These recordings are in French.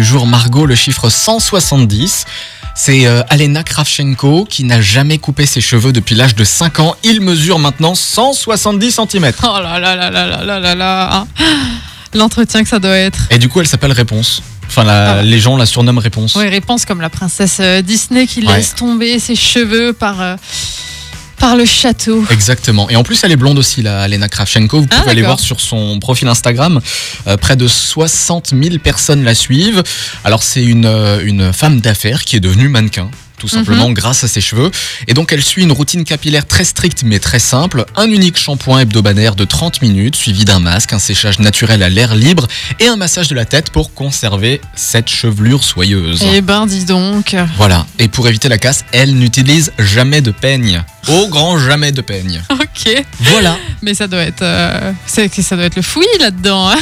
du jour Margot, le chiffre 170. C'est euh, Alena Kravchenko qui n'a jamais coupé ses cheveux depuis l'âge de 5 ans. Il mesure maintenant 170 cm. Oh là là là là là là là là. L'entretien que ça doit être. Et du coup, elle s'appelle Réponse. Enfin, la- Ah. les gens la surnomment Réponse. Oui, réponse comme la princesse euh, Disney qui Ouais. laisse tomber ses cheveux par, euh, par le château. Exactement. Et en plus, elle est blonde aussi, la Alena Kravchenko. Vous Ah, pouvez aller d'accord. voir sur son profil Instagram. Euh, près de 60 000 personnes la suivent. Alors, c'est une, euh, une femme d'affaires qui est devenue mannequin tout Mhm. simplement grâce à ses cheveux. Et donc elle suit une routine capillaire très stricte mais très simple, un unique shampoing hebdomadaire de 30 minutes suivi d'un masque, un séchage naturel à l'air libre et un massage de la tête pour conserver cette chevelure soyeuse. Eh ben, dis donc. Voilà, et pour éviter la casse, elle n'utilise jamais de peigne. Au grand jamais de peigne. Ok. Voilà. Mais ça doit être, euh, c'est- que ça doit être le fouillis là-dedans. hein.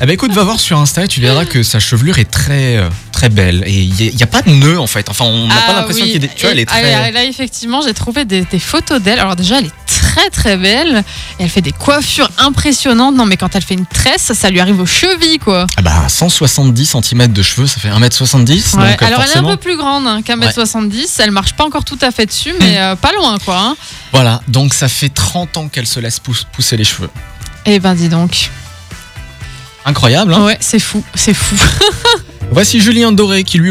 Eh ben écoute, va voir sur Insta et tu verras que sa chevelure est très euh, très belle et il n'y a, pas de nœud en fait. Enfin, on n'a Ah pas l'impression oui. qu'il y ait des... Tu vois, Et- elle est ah, très... là, effectivement, j'ai trouvé des, des photos d'elle. Alors, déjà, elle est très, très belle. Et elle fait des coiffures impressionnantes. Non, mais quand elle fait une tresse, ça lui arrive aux chevilles, quoi. Ah bah 170 cm de cheveux, ça fait 1m70 Ouais, donc euh, alors elle est un forcément. peu plus grande hein, qu'un mètre 70 elle marche pas encore tout à fait dessus, mais euh, pas loin quoi. hein. Voilà, donc ça fait 30 ans qu'elle se laisse pousse- pousser les cheveux. Eh ben dis donc. Incroyable, hein Ouais, c'est fou, c'est fou. Voici Julien Doré qui lui